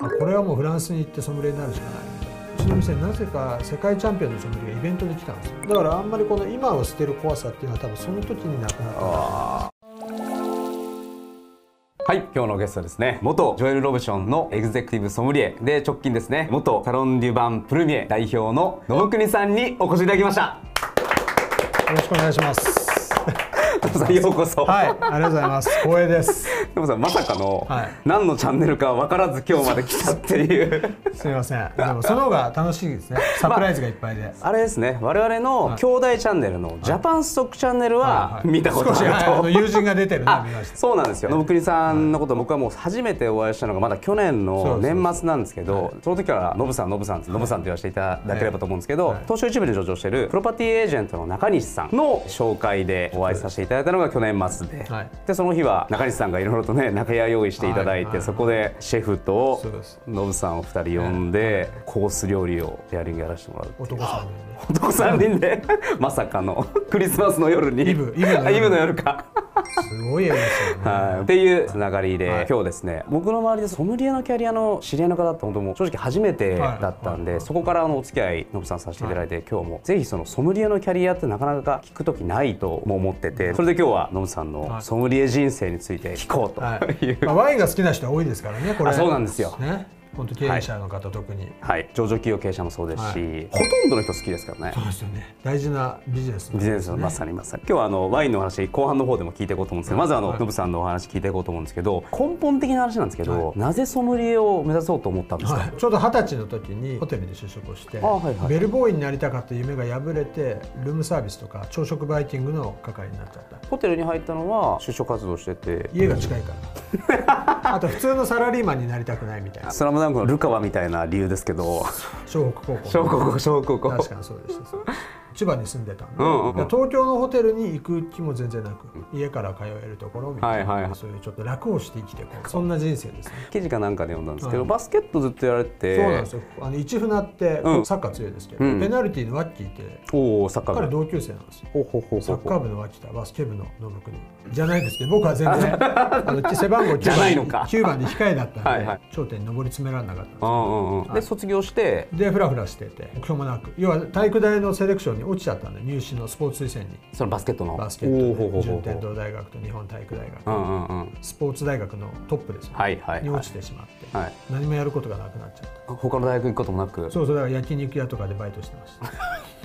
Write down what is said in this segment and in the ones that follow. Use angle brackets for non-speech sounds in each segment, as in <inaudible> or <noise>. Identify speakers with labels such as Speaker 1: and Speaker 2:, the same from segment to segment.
Speaker 1: あこれはもうフランスに行ってソムリエになるしかないみたいなうちの店になぜか世界チャンピオンのソムリエがイベントで来たんですよだからあんまりこの今を捨てる怖さっていうのは多分その時になくなったんだ
Speaker 2: はい今日のゲストですね元ジョエル・ロブションのエグゼクティブソムリエで直近ですね元サロン・デュ・バン・プルミエ代表の信国さんにお越しいただきました
Speaker 1: よろしくお願いします
Speaker 2: トムさんようこそ、
Speaker 1: はいありがとうございます光栄です
Speaker 2: トムさんまさかの
Speaker 1: はい
Speaker 2: 何のチャンネルか分からず今日まで来たっていう
Speaker 1: すみませんでもその方が楽しいですねサプライズがいっぱいで、
Speaker 2: <laughs> あれですね我々の兄弟チャンネルのジャパンストックチャンネルは見たことあ
Speaker 1: 少し、はい、あの
Speaker 2: ると
Speaker 1: 友人が出てるのを
Speaker 2: あ
Speaker 1: 見ました
Speaker 2: そうなんですよ信国さんのこと僕はもう初めてお会いしたのがまだ去年
Speaker 1: そ
Speaker 2: の
Speaker 1: うそうそう
Speaker 2: 年末なんですけどその時からノブさんノブさんってノブさんと言わせていただければと思うんですけど東証一部で上場しているプロパティエージェントの中西さんの紹介でお会いさせていただいたのが去年末で
Speaker 1: はい
Speaker 2: でその日は中西さんがいろいろとね中屋用意していただい
Speaker 1: はいは
Speaker 2: て
Speaker 1: い
Speaker 2: そこでシェフと
Speaker 1: そうです
Speaker 2: ノブさんを2人呼んでコース料理をペアリングやらせてもらうっていう
Speaker 1: 男さんに
Speaker 2: 男3
Speaker 1: <laughs>
Speaker 2: 人でまさかのクリスマスの夜に
Speaker 1: イブイブの夜
Speaker 2: <laughs> あイブの夜か
Speaker 1: すごい映画ですよね
Speaker 2: はいっていうつながりで、
Speaker 1: はい
Speaker 2: 今日ですね僕の周りでソムリエのキャリアの知り合いの方って本当もう正直初めて
Speaker 1: はい
Speaker 2: だったんで、
Speaker 1: はい
Speaker 2: そこからあのお付き合いのぶさんさせていただいて、今日もぜひそのソムリエのキャリアってなかなか聞く時ないとも思っててそれで今日はのぶさん
Speaker 1: は
Speaker 2: の
Speaker 1: い
Speaker 2: ソムリエ人生について聞こうと
Speaker 1: はい
Speaker 2: いう、
Speaker 1: まあ、ワインが好きな人は多いですからねこれ
Speaker 2: あそうなんですよ
Speaker 1: ね本当経営者の方特に、
Speaker 2: はい、上場企業経営者もそうですし、
Speaker 1: はい
Speaker 2: ほとんどの人好きですからね
Speaker 1: そうですよね大事なビジネス
Speaker 2: ビジネスのまさにまさに今日はあのワインの話後半の方でも聞いていこうと思うんですけどまずはあの
Speaker 1: はい
Speaker 2: ノブさんのお話聞いていこうと思うんですけど根本的な話なんですけどなぜソムリエを目指そうと思ったんです
Speaker 1: は
Speaker 2: か
Speaker 1: い、ちょうど二十歳の時にホテルで就職をして、
Speaker 2: あはいはい
Speaker 1: ベルボーイになりたかった夢が破れてルームサービスとか朝食バイキングの係になっちゃった
Speaker 2: ホテルに入ったのは就職活動してて
Speaker 1: 家が近いから
Speaker 2: <laughs>
Speaker 1: あと普通のサラリーマンになりたくないみたいな
Speaker 2: スラムダンクのルカワみたいな理由ですけど
Speaker 1: 湘北高校
Speaker 2: 小高校小高校
Speaker 1: 確かにそうでしたそうでした千葉に住んでたんで、
Speaker 2: うんうんうん
Speaker 1: 東京のホテルに行く気も全然なく家から通えるところみたいな、
Speaker 2: はいはい
Speaker 1: そういうちょっと楽をして生きていこうそんな人生ですね
Speaker 2: 記事かなんかで読んだんですけど
Speaker 1: はい
Speaker 2: バスケットずっとやられてて
Speaker 1: そうなんですよあの市船って、
Speaker 2: うん
Speaker 1: サッカー強いですけど、
Speaker 2: うん
Speaker 1: ペナルティーのワッキーって
Speaker 2: おおサッカー
Speaker 1: 彼
Speaker 2: 部
Speaker 1: 同級生なんですよ
Speaker 2: ほうほうほう
Speaker 1: サ
Speaker 2: ほう
Speaker 1: ッカー部の脇田バスケ部の信国じゃないですけど僕は全然
Speaker 2: <laughs>
Speaker 1: あの背番号
Speaker 2: じゃないの
Speaker 1: 9
Speaker 2: か
Speaker 1: 番9番で控えだったんで
Speaker 2: はいはい
Speaker 1: 頂点に上り詰められなかったんで
Speaker 2: うんうんうんで卒業して
Speaker 1: すでフラフラしてて目標もなく要は体育大のセレクションに落ちちゃったんで入試のスポーツ推薦に
Speaker 2: そのバスケットの
Speaker 1: バスケッ
Speaker 2: ほう
Speaker 1: ト
Speaker 2: ほう
Speaker 1: で
Speaker 2: ほう
Speaker 1: 順
Speaker 2: ほう
Speaker 1: 天堂大学と日本体育大学、
Speaker 2: うんうんうん
Speaker 1: スポーツ大学のトップですよ、
Speaker 2: はいはい
Speaker 1: に
Speaker 2: は
Speaker 1: 落
Speaker 2: い
Speaker 1: ちてしまって、
Speaker 2: はい
Speaker 1: 何もやることがなくなっちゃった
Speaker 2: 他の大学行くこともなく
Speaker 1: そうそうだから焼肉屋とかでバイトしてました
Speaker 2: <laughs>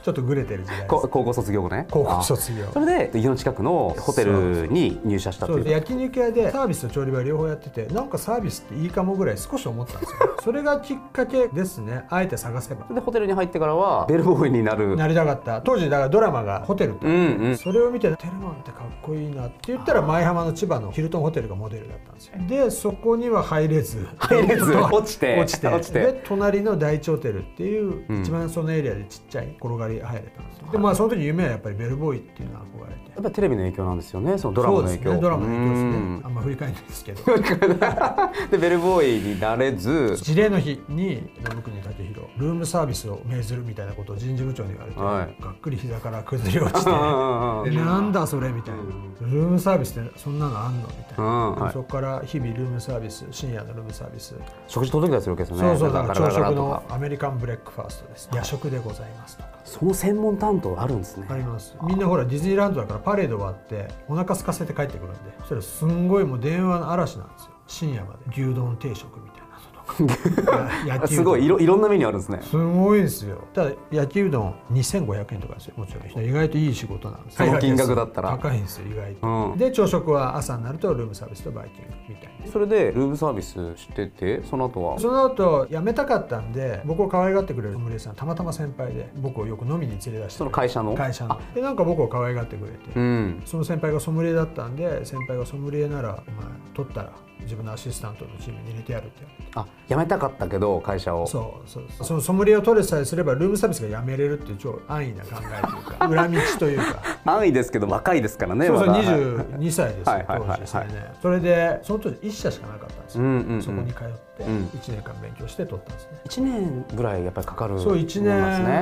Speaker 1: ちょっとグレてる時代です
Speaker 2: こ高校卒業後ね
Speaker 1: 高校
Speaker 2: あ
Speaker 1: 卒業
Speaker 2: それで家の近くのホテルに入社したと
Speaker 1: そうで
Speaker 2: いう
Speaker 1: 焼肉屋でサービスと調理場両方やっててなんかサービスっていいかもぐらい少し思ったんですよ
Speaker 2: <laughs>
Speaker 1: それがきっかけですねあえて探せば
Speaker 2: でホテルに入ってからはベルボーイになる
Speaker 1: なりたかった当時だからドラマがホテルって
Speaker 2: うんうん
Speaker 1: それを見てテルマンってかっこいいなって言ったら舞浜の千葉のヒルトンホテルがモデルだったんですよでそこには入れず
Speaker 2: 入
Speaker 1: <laughs>
Speaker 2: れず落ちて
Speaker 1: 落ちて
Speaker 2: 落ちて
Speaker 1: で隣の第一ホテルっていう、
Speaker 2: うん
Speaker 1: 一番そのエリアでちっちゃい転がり入れたんですよでまあその時夢はやっぱりベルボーイっていうのは憧れて
Speaker 2: やっぱりテレビの影響なんですよねそのドラマの影
Speaker 1: そうです
Speaker 2: 響
Speaker 1: ねドラマの影響ですねあんま振り返らないですけど
Speaker 2: うんでベルボーイになれず
Speaker 1: 事例の日に信国武弘ルームサービスを命ずるみたいなことを人事部長に言われて、
Speaker 2: はい
Speaker 1: がっくり膝から崩れ落ちて
Speaker 2: <laughs> うんうんうん
Speaker 1: でなんだそれみたいなルームサービスってそんなのあんのみたいな、
Speaker 2: うんはい
Speaker 1: そこから日々ルームサービス深夜のルームサービス、
Speaker 2: 食事届けたりするわけですよね
Speaker 1: そうそう
Speaker 2: ガ
Speaker 1: だ
Speaker 2: ラ
Speaker 1: から
Speaker 2: ガラガ
Speaker 1: 朝
Speaker 2: ラガラ
Speaker 1: 食
Speaker 2: とか
Speaker 1: のアメリカンブレックファーストです夜食でございますとか
Speaker 2: その専門担当あるんですね
Speaker 1: ありますみんなほらディズニーランドだからパレード終わってお腹空かせて帰ってくるんでそしたらすんごいもう電話の嵐なんですよ深夜まで牛丼定食みた <laughs> いなのとかや焼きうどん
Speaker 2: すごいいろいろんなメニューあるんですね
Speaker 1: すごいですよただ焼きうどん2500円とかですよもちろん意外といい仕事なんです
Speaker 2: その金額だったら
Speaker 1: 高いんですよ意外と、
Speaker 2: うん
Speaker 1: で朝食は朝になるとルームサービスとバイキングみたいな
Speaker 2: それでルームサービスしててその後は
Speaker 1: その後辞めたかったんで僕を可愛がってくれるソムリエさんたまたま先輩で僕をよく飲みに連れ出して
Speaker 2: その会社の
Speaker 1: 会社のでなんか僕を可愛がってくれて、
Speaker 2: うん
Speaker 1: その先輩がソムリエだったんで先輩がソムリエならお前取ったら自分のアシスタントのチームに入れてやるって言われて
Speaker 2: あ辞めたかったけど会社を
Speaker 1: そうそうそうそのソムリエを取れさえすればルームサービスがやめれるっていう超安易な考えとい
Speaker 2: <laughs>
Speaker 1: うか裏道というか。
Speaker 2: 安易ですけど若いですからね
Speaker 1: そうそう
Speaker 2: まだ
Speaker 1: 22歳です
Speaker 2: は
Speaker 1: よ
Speaker 2: いはいはい
Speaker 1: 当
Speaker 2: は
Speaker 1: 時
Speaker 2: い
Speaker 1: ですねそれでその当時1社しかなかったんですよ、
Speaker 2: うんうんうん
Speaker 1: そこに通って
Speaker 2: うん
Speaker 1: 1年間勉強して取ったんですね、
Speaker 2: 1年ぐらいやっぱりかかる
Speaker 1: そう
Speaker 2: 一
Speaker 1: 1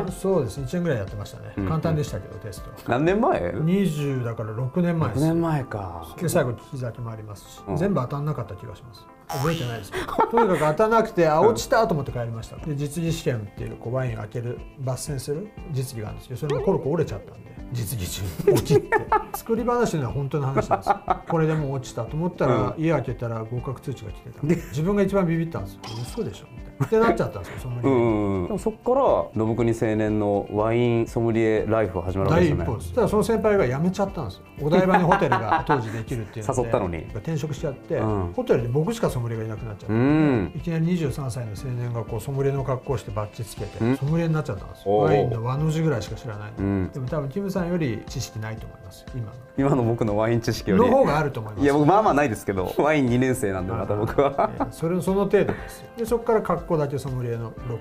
Speaker 1: 年、そうです1年ぐらいやってましたね、簡単でしたけどテストは
Speaker 2: 何年前
Speaker 1: 20だから6年前
Speaker 2: 6
Speaker 1: です
Speaker 2: 年前か
Speaker 1: で最後利き酒もありますし、
Speaker 2: うん
Speaker 1: 全部当たんなかった気がします覚えてないです <laughs> けどとにかく当たなくてあ落ちたと思って帰りましたで実技試験っていうこうワイン開ける抜栓する実技があるんですけどそれもコルク折れちゃったんで実技中に落ちって作り話のは本当の話なんですよこれでもう落ちたと思ったら、家開けたら合格通知が来てた自分が一番ビビったんですよ嘘でしょみたいなってなっちゃったんですよその理
Speaker 2: う
Speaker 1: 由
Speaker 2: んうんでもそこから信国青年のワインソムリエライフが始まるわけで
Speaker 1: 第
Speaker 2: す
Speaker 1: 一
Speaker 2: よね
Speaker 1: 歩ですただその先輩が辞めちゃったんですよお台場にホテルが当時できるっていうので
Speaker 2: 誘ったのに
Speaker 1: 転職しちゃって、
Speaker 2: うん
Speaker 1: ホテルで僕しかソムリエがいなくなっちゃって、
Speaker 2: うん
Speaker 1: いきなり23歳の青年がこうソムリエの格好をしてバッチつけて、
Speaker 2: うん
Speaker 1: ソムリエになっちゃったんですよ
Speaker 2: おー
Speaker 1: ワインの和の字ぐらいしか知らないので、
Speaker 2: うん
Speaker 1: でも多分キムさんより知識ないと思います今
Speaker 2: 今の僕のワイン知識よ
Speaker 1: のの方
Speaker 2: り
Speaker 1: があると思います
Speaker 2: いや僕まあまあないですけどワイン2年生なんでまた僕は
Speaker 1: えーそれその程度ですよでそこから格好だけソムリエの6年間が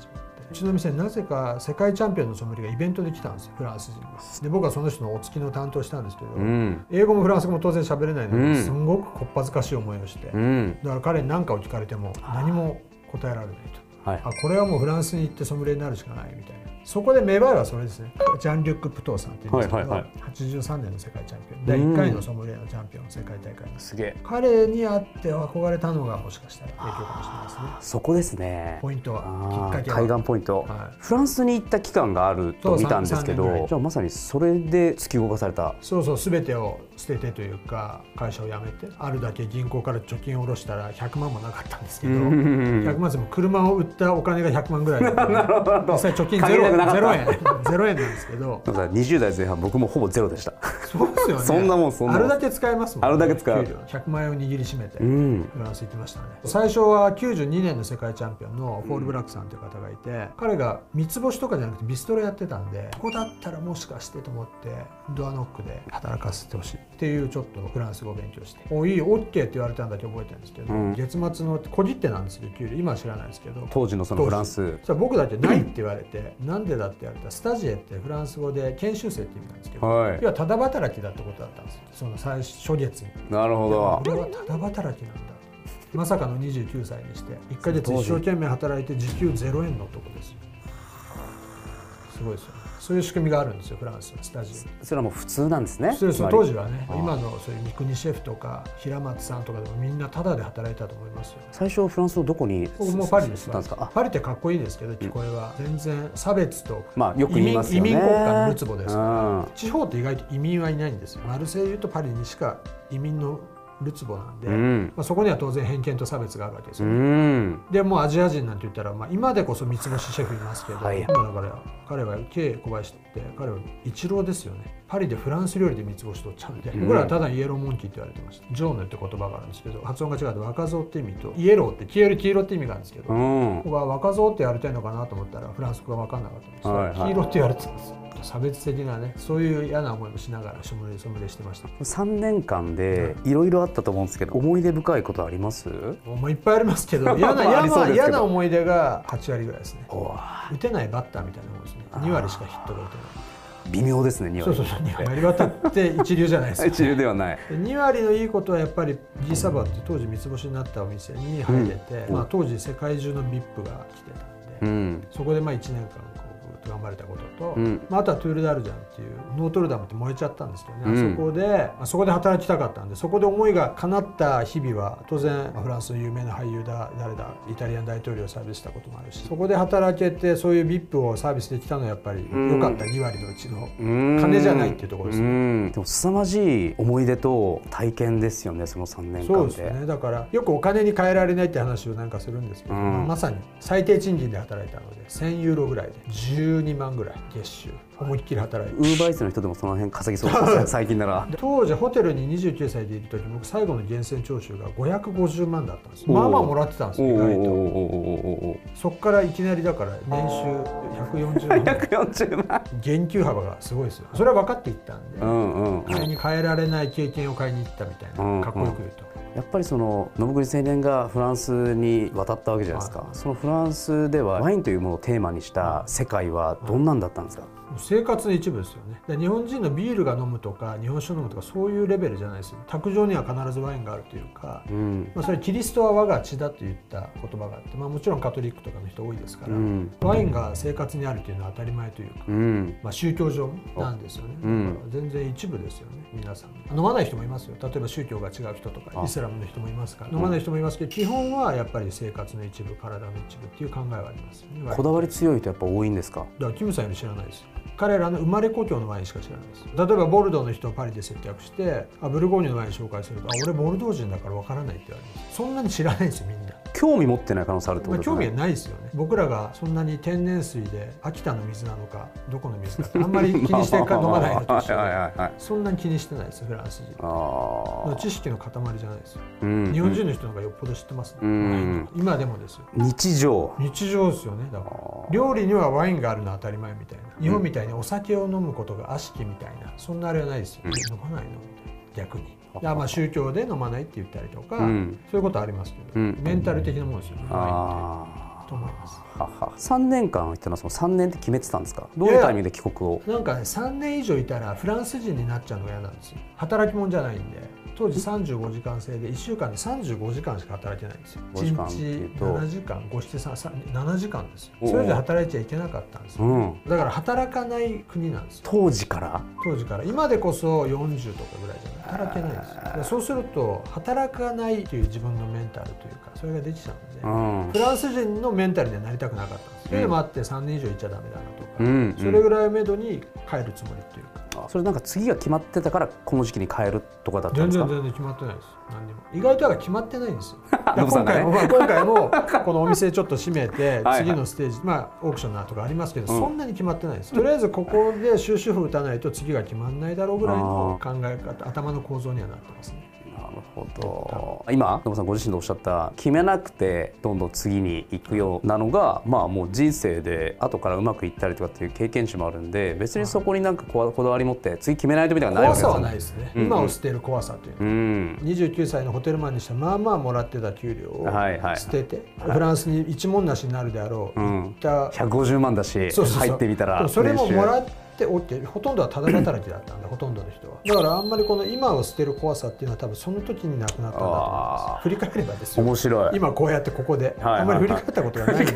Speaker 1: 始まってうちの店になぜか世界チャンピオンのソムリエがイベントで来たんですよフランス人がで僕はその人のお付きの担当したんですけど、
Speaker 2: うん
Speaker 1: 英語もフランス語も当然喋れないので、
Speaker 2: うん
Speaker 1: すんごくこっぱずかしい思いをして、
Speaker 2: う
Speaker 1: だ
Speaker 2: ん
Speaker 1: から彼に何かを聞かれても何も答えられないと。
Speaker 2: はい
Speaker 1: あこれはもうフランスに行ってソムリエになるしかないみたいなそこで芽生えはそれですねジャン・リュック・プトーさんって言うんですけど、
Speaker 2: はいはいはい
Speaker 1: 83年の世界チャンピオン第1回のソムリエのチャンピオン世界大会です
Speaker 2: すげえ
Speaker 1: 彼に会って憧れたのがもしかしたら影響かもしれないですね
Speaker 2: そこですね
Speaker 1: ポイントは
Speaker 2: あ
Speaker 1: きっか
Speaker 2: ー
Speaker 1: けは
Speaker 2: 海岸ポイント、
Speaker 1: はい
Speaker 2: フランスに行った期間があると見たんです
Speaker 1: そ
Speaker 2: け
Speaker 1: う三三年ぐら
Speaker 2: ど
Speaker 1: い
Speaker 2: じゃあまさにそれで突き動かされた
Speaker 1: そうそう全てを捨ててというか会社を辞めてあるだけ銀行から貯金を下ろしたら100万もなかったんですけど
Speaker 2: うんうんうん <laughs>
Speaker 1: 100万でも車を売ったお金が100万ぐらいだ <laughs> ったので実際貯金ゼ
Speaker 2: 限り
Speaker 1: ロ
Speaker 2: なくなかった
Speaker 1: ゼロ円ゼロ円なんですけど
Speaker 2: だから20代前半僕もほぼゼロでした
Speaker 1: そうですよね
Speaker 2: そんなもんそんなもん
Speaker 1: あれだけ使えますもん、
Speaker 2: あれだけ使う
Speaker 1: 給料100万円を握りしめて、
Speaker 2: うん
Speaker 1: フランス行ってましたね最初は92年の世界チャンピオンのフォール・ブラックさんという方がいて、彼が三つ星とかじゃなくてビストロやってたんでここだったらもしかしてと思ってドアノックで働かせてほしいっていうちょっとフランス語を勉強して「おいい OK」って言われたんだけ覚えてるんですけど、
Speaker 2: うん
Speaker 1: 月末の小切手なんですけど給料今は知らないですけど
Speaker 2: 当時のそのフランス
Speaker 1: そしたら僕だけ「ない」って言われて「なんでだ?」って言われたらスタジエってフランス語で研修生って意味なんですけど、
Speaker 2: はい
Speaker 1: 要はただ働きだってことだったんですよその最初月に。
Speaker 2: なるほど
Speaker 1: 俺はただ働きなんだまさかの29歳にして1か月一生懸命働いて時給0円のとこですよすごいですよねそういう仕組みがあるんですよフランスのスタジオ
Speaker 2: それはもう普通なんですね
Speaker 1: そうそう
Speaker 2: つま
Speaker 1: 当
Speaker 2: り
Speaker 1: 時はね
Speaker 2: あー
Speaker 1: 今のそういう三国シェフとか平松さんとかでもみんなタダで働いたと思いますよ
Speaker 2: 最初フランスのどこに
Speaker 1: 僕もパリです
Speaker 2: 住んだんですかあ
Speaker 1: パリってかっこいいですけど聞こえは全然差別と
Speaker 2: まあよく言いますよね
Speaker 1: 移民移民国家のるつぼですから
Speaker 2: うん
Speaker 1: 地方って意外と移民はいないんですよマルセイユとパリにしか移民のるつぼなんで、
Speaker 2: うん
Speaker 1: まあ、そこには当然偏見と差別があるわけです
Speaker 2: う
Speaker 1: よね、
Speaker 2: ん
Speaker 1: でもうアジア人なんて言ったら、まあ、今でこそ三つ星シェフいますけど、
Speaker 2: はい
Speaker 1: 今だから彼は K 小林って彼は一郎ですよねパリでフランス料理で三つ星取っちゃうんで、
Speaker 2: うん
Speaker 1: 僕らはただイエローモンキーって言われてましたジョーヌって言葉があるんですけど発音が違うと若造って意味とイエローって消える黄色って意味があるんですけど、
Speaker 2: うん
Speaker 1: 僕は若造って言われたいのかなと思ったらフランス語が分かんなかったんですよ、
Speaker 2: はいはい
Speaker 1: 黄色って言われてたんですよ差別的なねそういう嫌な思いもしながらソムリエソムリエしてました
Speaker 2: 3年間でいろいろあったと思うんですけど思い出深いことあります
Speaker 1: もういっぱいありますけ
Speaker 2: <laughs>
Speaker 1: ど
Speaker 2: まあ
Speaker 1: 嫌
Speaker 2: まあ
Speaker 1: な
Speaker 2: あ
Speaker 1: 嫌
Speaker 2: りそ
Speaker 1: な
Speaker 2: うですけど
Speaker 1: 嫌な思い出が8割ぐらいですね
Speaker 2: おー
Speaker 1: 打てないバッターみたいなもんですね2割しかヒットが打てない
Speaker 2: 微妙ですね2
Speaker 1: そう
Speaker 2: 割
Speaker 1: そうそう2割バッターって一流じゃないですか
Speaker 2: 一流 <laughs> ではない
Speaker 1: で2割のいいことはやっぱりギサバって当時三つ星になったお店に入れて、
Speaker 2: うん
Speaker 1: まあ、当時世界中の VIP が来てたんで、
Speaker 2: うん
Speaker 1: そこでまあ1年間こうぐっと頑張れたことと、
Speaker 2: うん
Speaker 1: まあ、あとはトゥール・ダルジャンっていうノートルダムって燃えちゃったんですけどね、
Speaker 2: うん
Speaker 1: あそこで、まあ、そこで働きたかったんでそこで思いが叶った日々は当然まあフランスの有名な俳優だ誰だイタリアン大統領をサービスしたこともあるしそこで働けてそういう VIP をサービスできたのはやっぱり
Speaker 2: ん
Speaker 1: 良かった2割のうちの
Speaker 2: うん
Speaker 1: 金じゃないっていうところですね
Speaker 2: うんでも凄まじい思い出と体験ですよねその3年
Speaker 1: そう
Speaker 2: 間
Speaker 1: です
Speaker 2: で
Speaker 1: ねだからよくお金に換えられないって話をなんかするんですけど、
Speaker 2: うん
Speaker 1: まあまさに最低賃金で働いたので1000ユーロぐらいで12万ぐらい月収思いっきり働いて
Speaker 2: ウーバーイーツの人でもその辺稼ぎそう
Speaker 1: <laughs>
Speaker 2: ですね最近なら
Speaker 1: で当時ホテルに29歳でいる時僕最後の源泉徴収が550万だったんです
Speaker 2: おー
Speaker 1: まあまあもらってたんです
Speaker 2: おー
Speaker 1: よ意外
Speaker 2: おーおー
Speaker 1: と
Speaker 2: おーおーおーおー
Speaker 1: そこからいきなりだから年収140万ぐらい
Speaker 2: <laughs> 140万
Speaker 1: 減給幅がすごいですよそれは分かっていったんで、
Speaker 2: うんうんうん
Speaker 1: それに変えられない経験を買いに行ったみたいな、
Speaker 2: うん
Speaker 1: かっこよく言うと、
Speaker 2: やっぱりその信国青年がフランスに渡ったわけじゃないですか
Speaker 1: は
Speaker 2: そのフランスではワインというものをテーマにした世界はどんなんだったんですか
Speaker 1: もう生活の一部ですよねで日本人のビールが飲むとか日本酒を飲むとかそういうレベルじゃないですよ卓上には必ずワインがあるというか、
Speaker 2: うん
Speaker 1: まあ、それキリストは我が血だと言った言葉があって、まあ、もちろんカトリックとかの人多いですから、
Speaker 2: うん
Speaker 1: ワインが生活にあるというのは当たり前というか、
Speaker 2: うん
Speaker 1: まあ、宗教上なんですよね、
Speaker 2: うん
Speaker 1: だから全然一部ですよね皆さん飲まない人もいますよ例えば宗教が違う人とかイスララムの人もいますから飲まない人もいますけど、基本はやっぱり生活の一部体の一部っていう考えはありますよね
Speaker 2: こだわり強い人やっぱ多いんですか
Speaker 1: だからキムさんより知らないですよ彼らの生まれ故郷のワインしか知らないです例えばボルドーの人をパリで接客してあブルゴーニュのワイン紹介するとあ俺ボルドー人だからわからないって言われますそんなに知らないんですよみんな
Speaker 2: 興味持ってない可能性あるってこ
Speaker 1: まあ、
Speaker 2: とですね
Speaker 1: 興味はないですよね僕らがそんなに天然水で秋田の水なのかどこの水だかあんまり気にして飲ま
Speaker 2: <laughs>
Speaker 1: ないのと一緒
Speaker 2: はいはいは
Speaker 1: で
Speaker 2: いはい
Speaker 1: そんなに気にしてないですフランス人
Speaker 2: ああ
Speaker 1: 知識の塊じゃないですよ
Speaker 2: うん
Speaker 1: 日本人の人の方がよっぽど知ってますね、
Speaker 2: うん
Speaker 1: 今でもですよ
Speaker 2: 日常
Speaker 1: 日常ですよねだから料理にはワインがあるのは当たり前みたいな日本みたいにお酒を飲むことが悪しきみたいなそんなあれはないですよ、飲まないのみたいな逆にいやまあ宗教で飲まないって言ったりとか、
Speaker 2: ん
Speaker 1: そういうことはありますけど、
Speaker 2: うん
Speaker 1: メンタル的なものですよねワイン
Speaker 2: あ
Speaker 1: ってと思います
Speaker 2: あはは3年間っていうのはその3年って決めてたんですかどういうタイミングで帰国を
Speaker 1: なんかね3年以上いたらフランス人になっちゃうのが嫌なんですよ働き者じゃないんで当時35時間制で1週間で35時間しか働いてないんですよ
Speaker 2: 5時間っていう
Speaker 1: 1日
Speaker 2: と
Speaker 1: 7時間5して7時間ですよ
Speaker 2: おう
Speaker 1: それ以上働いちゃいけなかったんです
Speaker 2: う
Speaker 1: よ
Speaker 2: ん
Speaker 1: だから働かない国なんですよ
Speaker 2: 当時から
Speaker 1: 当時から今でこそ40とかぐらいじゃない働けないんですよだからそうすると働かないという自分のメンタルというかそれができちゃうんで、
Speaker 2: うん
Speaker 1: フランス人のメンタルにはなりたくなかったんですそれでもあって3年以上いちゃダメだなとか、
Speaker 2: うん
Speaker 1: それぐらいをめどに帰るつもりっていうか
Speaker 2: あそれなんか次が決まってたからこの時期に帰るとかだった
Speaker 1: 全
Speaker 2: んです
Speaker 1: 然
Speaker 2: か
Speaker 1: 全然決まってないです何にも意外とだから決まってないんです
Speaker 2: <laughs>
Speaker 1: よだから
Speaker 2: ノブさ
Speaker 1: 今
Speaker 2: んがね
Speaker 1: 回も、まあ、今回も
Speaker 2: <laughs>
Speaker 1: このお店ちょっと閉めて
Speaker 2: はい
Speaker 1: 次のステージまあオークションなとかありますけど、そんなに決まってないですとりあえずここで終止符打たないと次が決まんないだろうぐらいの考え方頭の構造にはなってますね
Speaker 2: なるほど今野本さんご自身でおっしゃった決めなくてどんどん次に行くようなのがまあもう人生で後からうまくいったりとかっていう経験値もあるんで別にそこになんかここだわり持って次決めないとみたいなのないわ
Speaker 1: 怖
Speaker 2: けです
Speaker 1: さ
Speaker 2: よ
Speaker 1: はないで
Speaker 2: ね
Speaker 1: すね、
Speaker 2: うんうん
Speaker 1: 今を捨てる怖さというのは
Speaker 2: うん
Speaker 1: 29歳のホテルマンにしてまあまあもらってた給料を
Speaker 2: はいはい
Speaker 1: 捨てて、フランスに一文無しになるであろう、
Speaker 2: うん
Speaker 1: 行った
Speaker 2: 150万だし
Speaker 1: そうそうそう
Speaker 2: 入ってみた
Speaker 1: で
Speaker 2: ら
Speaker 1: もそれももら
Speaker 2: う
Speaker 1: っておってほとんどはただ働きだったん
Speaker 2: <coughs>
Speaker 1: だほとんどの人はだからあんまりこの今を捨てる怖さっていうのは多分その時になくなったんだと思いま
Speaker 2: あ
Speaker 1: す
Speaker 2: ー
Speaker 1: 振り返ればですよ
Speaker 2: 面白い
Speaker 1: 今こうやってここで、
Speaker 2: いはい
Speaker 1: あんまり振り返ったことがないんで
Speaker 2: <laughs>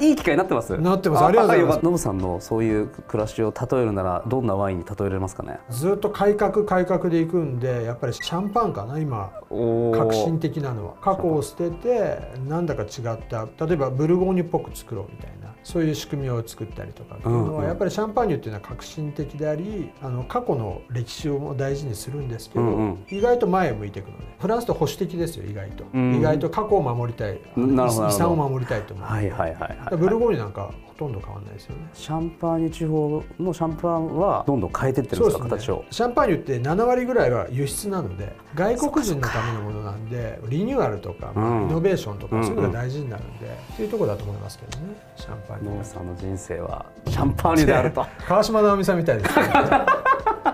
Speaker 2: いい機会になってます
Speaker 1: なってますありがとうございます
Speaker 2: あよかったノブさんのそういう暮らしを例えるならどんなワインに例えられますかね
Speaker 1: ずっと改革改革でいくんでやっぱりシャンパンかな今
Speaker 2: おー
Speaker 1: 革新的なのは過去を捨ててなんだか違った例えばブルゴーニュっぽく作ろうみたいなそういう仕組みを作ったりとかっていうの
Speaker 2: うんう
Speaker 1: は
Speaker 2: ん
Speaker 1: やっぱりシャンパーニュっていうのは革新的でありあの過去の歴史を大事にするんですけど、
Speaker 2: うんうん
Speaker 1: 意外と前を向いていくのでフランスと保守的ですよ意外と、
Speaker 2: うん
Speaker 1: 意外と過去を守りたい
Speaker 2: なるほどなるほど
Speaker 1: 遺産を守りたいと思う、
Speaker 2: はいはいはい
Speaker 1: だ
Speaker 2: は
Speaker 1: から
Speaker 2: い
Speaker 1: ブルゴーニュなんかほとんど変わんないですよね
Speaker 2: シャンパーニュ地方のシャンパンはどんどん変えてってるん
Speaker 1: そう
Speaker 2: です
Speaker 1: で
Speaker 2: か、
Speaker 1: すね
Speaker 2: 形を。
Speaker 1: シャンパーニュって7割ぐらいは輸出なので外国人のためのものなんでリニューアルとか、
Speaker 2: うん
Speaker 1: イノベーションと
Speaker 2: うん
Speaker 1: か
Speaker 2: うん
Speaker 1: そういうのが大事になるんで、っていうところだと思いますけどねシャンパーニ
Speaker 2: 野
Speaker 1: ュ
Speaker 2: 口さんの人生はシャンパーニュであると。
Speaker 1: 川島直美さんみたいですね
Speaker 2: <laughs>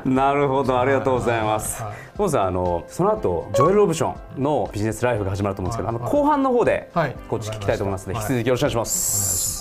Speaker 2: なるほど、ありがとうございます
Speaker 1: はい。
Speaker 2: 野口さん、あのその後ジョエル・オブションのビジネスライフが始まると思うんですけど、あの
Speaker 1: はい
Speaker 2: 後半の方で
Speaker 1: はい
Speaker 2: こっち聞きたいと思いますので、
Speaker 1: わ
Speaker 2: 引
Speaker 1: かりました
Speaker 2: き続きよろしくお願いします。